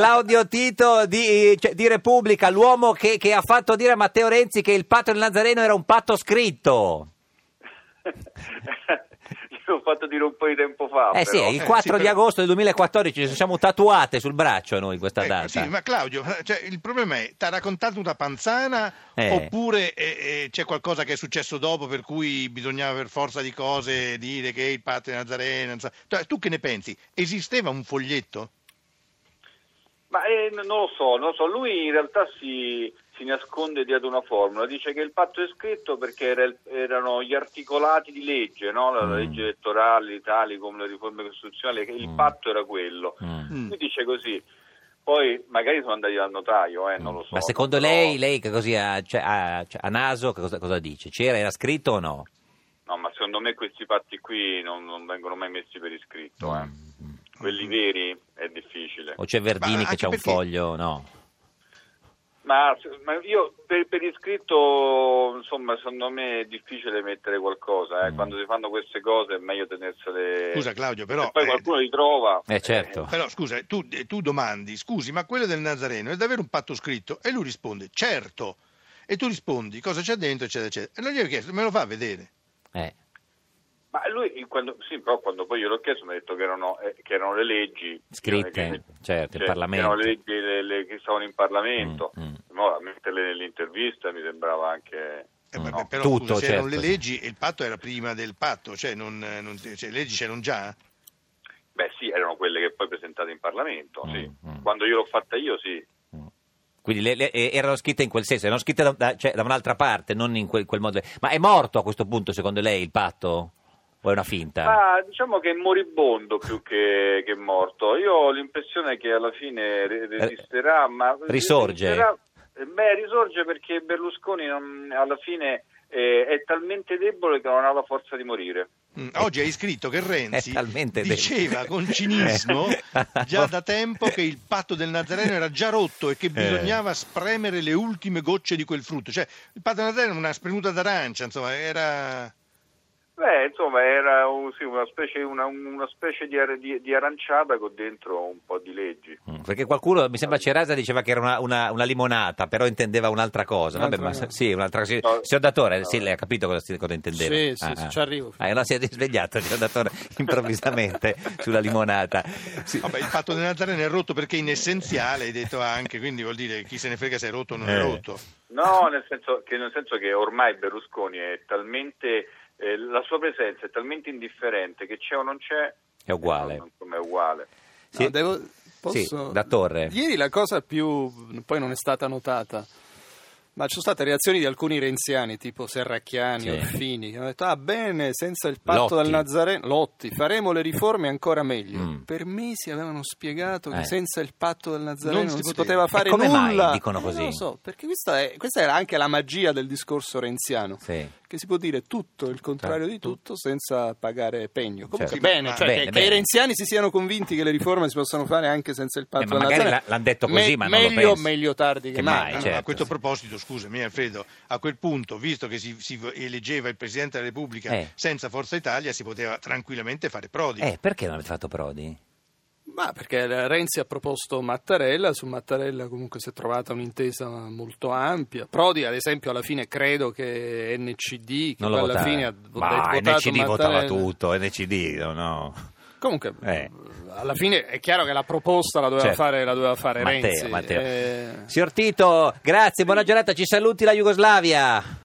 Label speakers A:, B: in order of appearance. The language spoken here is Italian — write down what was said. A: Claudio Tito di, cioè, di Repubblica, l'uomo che, che ha fatto dire a Matteo Renzi che il patto del Nazareno era un patto scritto.
B: L'ho fatto dire un po' di tempo fa.
A: Eh sì,
B: Ah, però.
A: il 4
C: sì,
A: di
C: però-
A: agosto del 2014 ci siamo tatuate sul braccio noi questa
C: Eh,
A: data.
C: sì, ma Claudio, cioè, il problema è, ti ha raccontato una panzana
A: Eh.
C: oppure eh, eh, c'è qualcosa che è successo dopo per cui bisognava per forza di cose dire che il padre Nazareno... insomma. Cioè, tu che ne pensi? Esisteva un foglietto?
B: Ma eh, n- non lo so, non lo so. Lui in realtà si, si nasconde dietro una formula. Dice che il patto è scritto perché era il- erano gli articolati di legge, no? la, la
A: Mm.
B: legge elettorale, tali come le riforme costituzionali, che il
A: Mm.
B: patto era quello.
A: Mm.
C: Mm.
B: Lui dice così. Poi magari sono andati dal notaio, eh, non lo so.
A: Mm. ma secondo
B: però-
A: lei, lei che così ha, cioè, ha- cioè, a naso, che cosa, cosa dice? C'era, era scritto o no?
B: No, ma secondo me questi patti qui non, non vengono mai messi per iscritto.
A: Mm.
B: eh. Quelli veri è difficile.
A: O c'è Verdini che
C: anche
A: c'ha un
C: perché-
A: foglio? No.
B: Ma, ma io per, per iscritto, insomma, secondo me è difficile mettere qualcosa. eh.
A: Mm.
B: Quando si fanno queste cose è meglio tenersele.
C: Scusa Claudio, però...
B: Se poi
C: eh,
B: qualcuno li trova.
A: Eh certo.
C: però scusa, tu, eh, tu domandi, scusi, ma quello del Nazareno è davvero un patto scritto? E lui risponde, certo. E tu rispondi, cosa c'è dentro, eccetera, eccetera. E non gli ho chiesto, me lo fa vedere.
A: Eh.
B: Ma lui, in- quando, sì, però quando poi gliel'ho chiesto mi ha detto che erano, eh, che erano le leggi.
A: Scritte,
B: che- che-
A: certo, in
B: che
A: Parlamento.
B: Erano le leggi le- le- che stavano in Parlamento.
A: Mm, mm.
B: No, a metterle nell'intervista mi sembrava anche...
C: Eh,
A: Mm.
C: beh,
B: No.
C: però
A: Tutto,
C: scusa, c'erano
A: certo,
C: le
A: sì.
C: leggi e il patto era prima del patto, cioè, non, eh, non- cioè, le leggi c'erano già?
B: Beh sì, erano quelle che poi presentate in Parlamento, sì.
A: Mm, mm.
B: Quando io l'ho fatta io, sì.
A: Quindi le- le- eh, erano scritte in quel senso, erano scritte da, da- cioè, da un'altra parte, non in quel, quel modo. Ma è morto a questo punto, secondo lei, il patto? O è una finta?
B: Ma diciamo che è moribondo più che, che morto. Io ho l'impressione che alla fine re- resisterà, ma
A: Eh, Risorge.
B: resisterà- eh, beh, risorge perché Berlusconi non- alla fine eh, è talmente debole che non ha la forza di morire.
C: Mm, Oggi hai scritto che Renzi
A: È talmente Eh. debole.
C: diceva con cinismo già da tempo che il patto del Nazareno era già rotto
A: Eh.
C: e che bisognava spremere le ultime gocce di quel frutto. Cioè, il patto del Nazareno era una spremuta d'arancia, insomma, era...
B: Beh, insomma, era un- sì, una specie, una- una specie di, ar- di- di aranciata con dentro un po' di leggi.
A: Mm, Perché qualcuno, mi sembra Cerasa, diceva che era una, una- una limonata, però intendeva un'altra cosa. Vabbè, ma se- sì, un'altra cosa.
B: No.
A: Signor Datore, sì, lei ha capito cosa, si- cosa intendeva.
D: Sì, sì, certo. sì, ci arrivo.
A: Ah, no, si è risvegliato, signor Datore, improvvisamente sulla limonata. Sì.
C: Vabbè, il patto del Nazareno è rotto perché in essenziale, hai detto anche, quindi vuol dire chi se ne frega se è rotto o non
A: Eh.
C: è rotto.
B: No, nel senso che, nel senso che ormai Berlusconi è talmente... eh, la sua presenza è talmente indifferente che c'è o non c'è...
A: È uguale.
B: eh, non- non è uguale.
A: Sì.
D: No, devo- posso-
A: Sì, da torre.
D: Ieri la cosa più, poi non è stata notata, ma ci sono state reazioni di alcuni renziani, tipo Serracchiani,
A: Sì.
D: Orfini, che hanno detto, ah bene, senza il
A: Lotti.
D: patto del Nazareno, Lotti, faremo le riforme ancora meglio.
A: Mm.
D: Per mesi avevano spiegato
A: Eh.
D: che senza il patto del Nazareno
C: Non
D: non
C: si
D: si,
C: poteva.
D: poteva fare
A: E come mai
D: nulla.
A: dicono
D: Eh,
A: così?
D: Non lo so, perché questa, è- questa era anche la magia del discorso renziano.
A: Sì.
D: Che si può dire tutto il contrario di tutto senza pagare pegno.
A: Certo.
D: Comunque, bene, cioè,
A: Bene,
D: che- che,
A: bene.
D: i renziani si siano convinti che le riforme si possono fare anche senza il patto
A: Eh, ma
D: della
A: magari
D: Nazareno.
A: la- l'han detto così, ma non lo
D: meglio,
A: penso.
D: meglio tardi che,
A: Che mai,
D: mai.
A: Eh,
C: No, no,
A: certo,
C: a questo
A: sì.
C: proposito, scusami Alfredo, a quel punto, visto che si, si eleggeva il Presidente della Repubblica
A: Eh.
C: senza Forza Italia, si poteva tranquillamente fare Prodi.
A: Eh, perché non avete fatto Prodi?
D: Ma perché Renzi ha proposto Mattarella, su Mattarella comunque si è trovata un'intesa molto ampia. Prodi, ad esempio, alla fine credo che NCD, che
A: Non lo
D: alla
A: votava.
D: fine ha vo-
A: Ma
D: votato
A: NCD votava
D: Mattarella.
A: tutto, NCD, no, no.
D: Comunque,
A: Eh.
D: alla fine è chiaro che la proposta la doveva
A: Certo.
D: fare, la doveva fare
A: Matteo,
D: Renzi.
A: Matteo.
D: eh.
A: Signor Tito, grazie, buona giornata, ci saluti la Jugoslavia.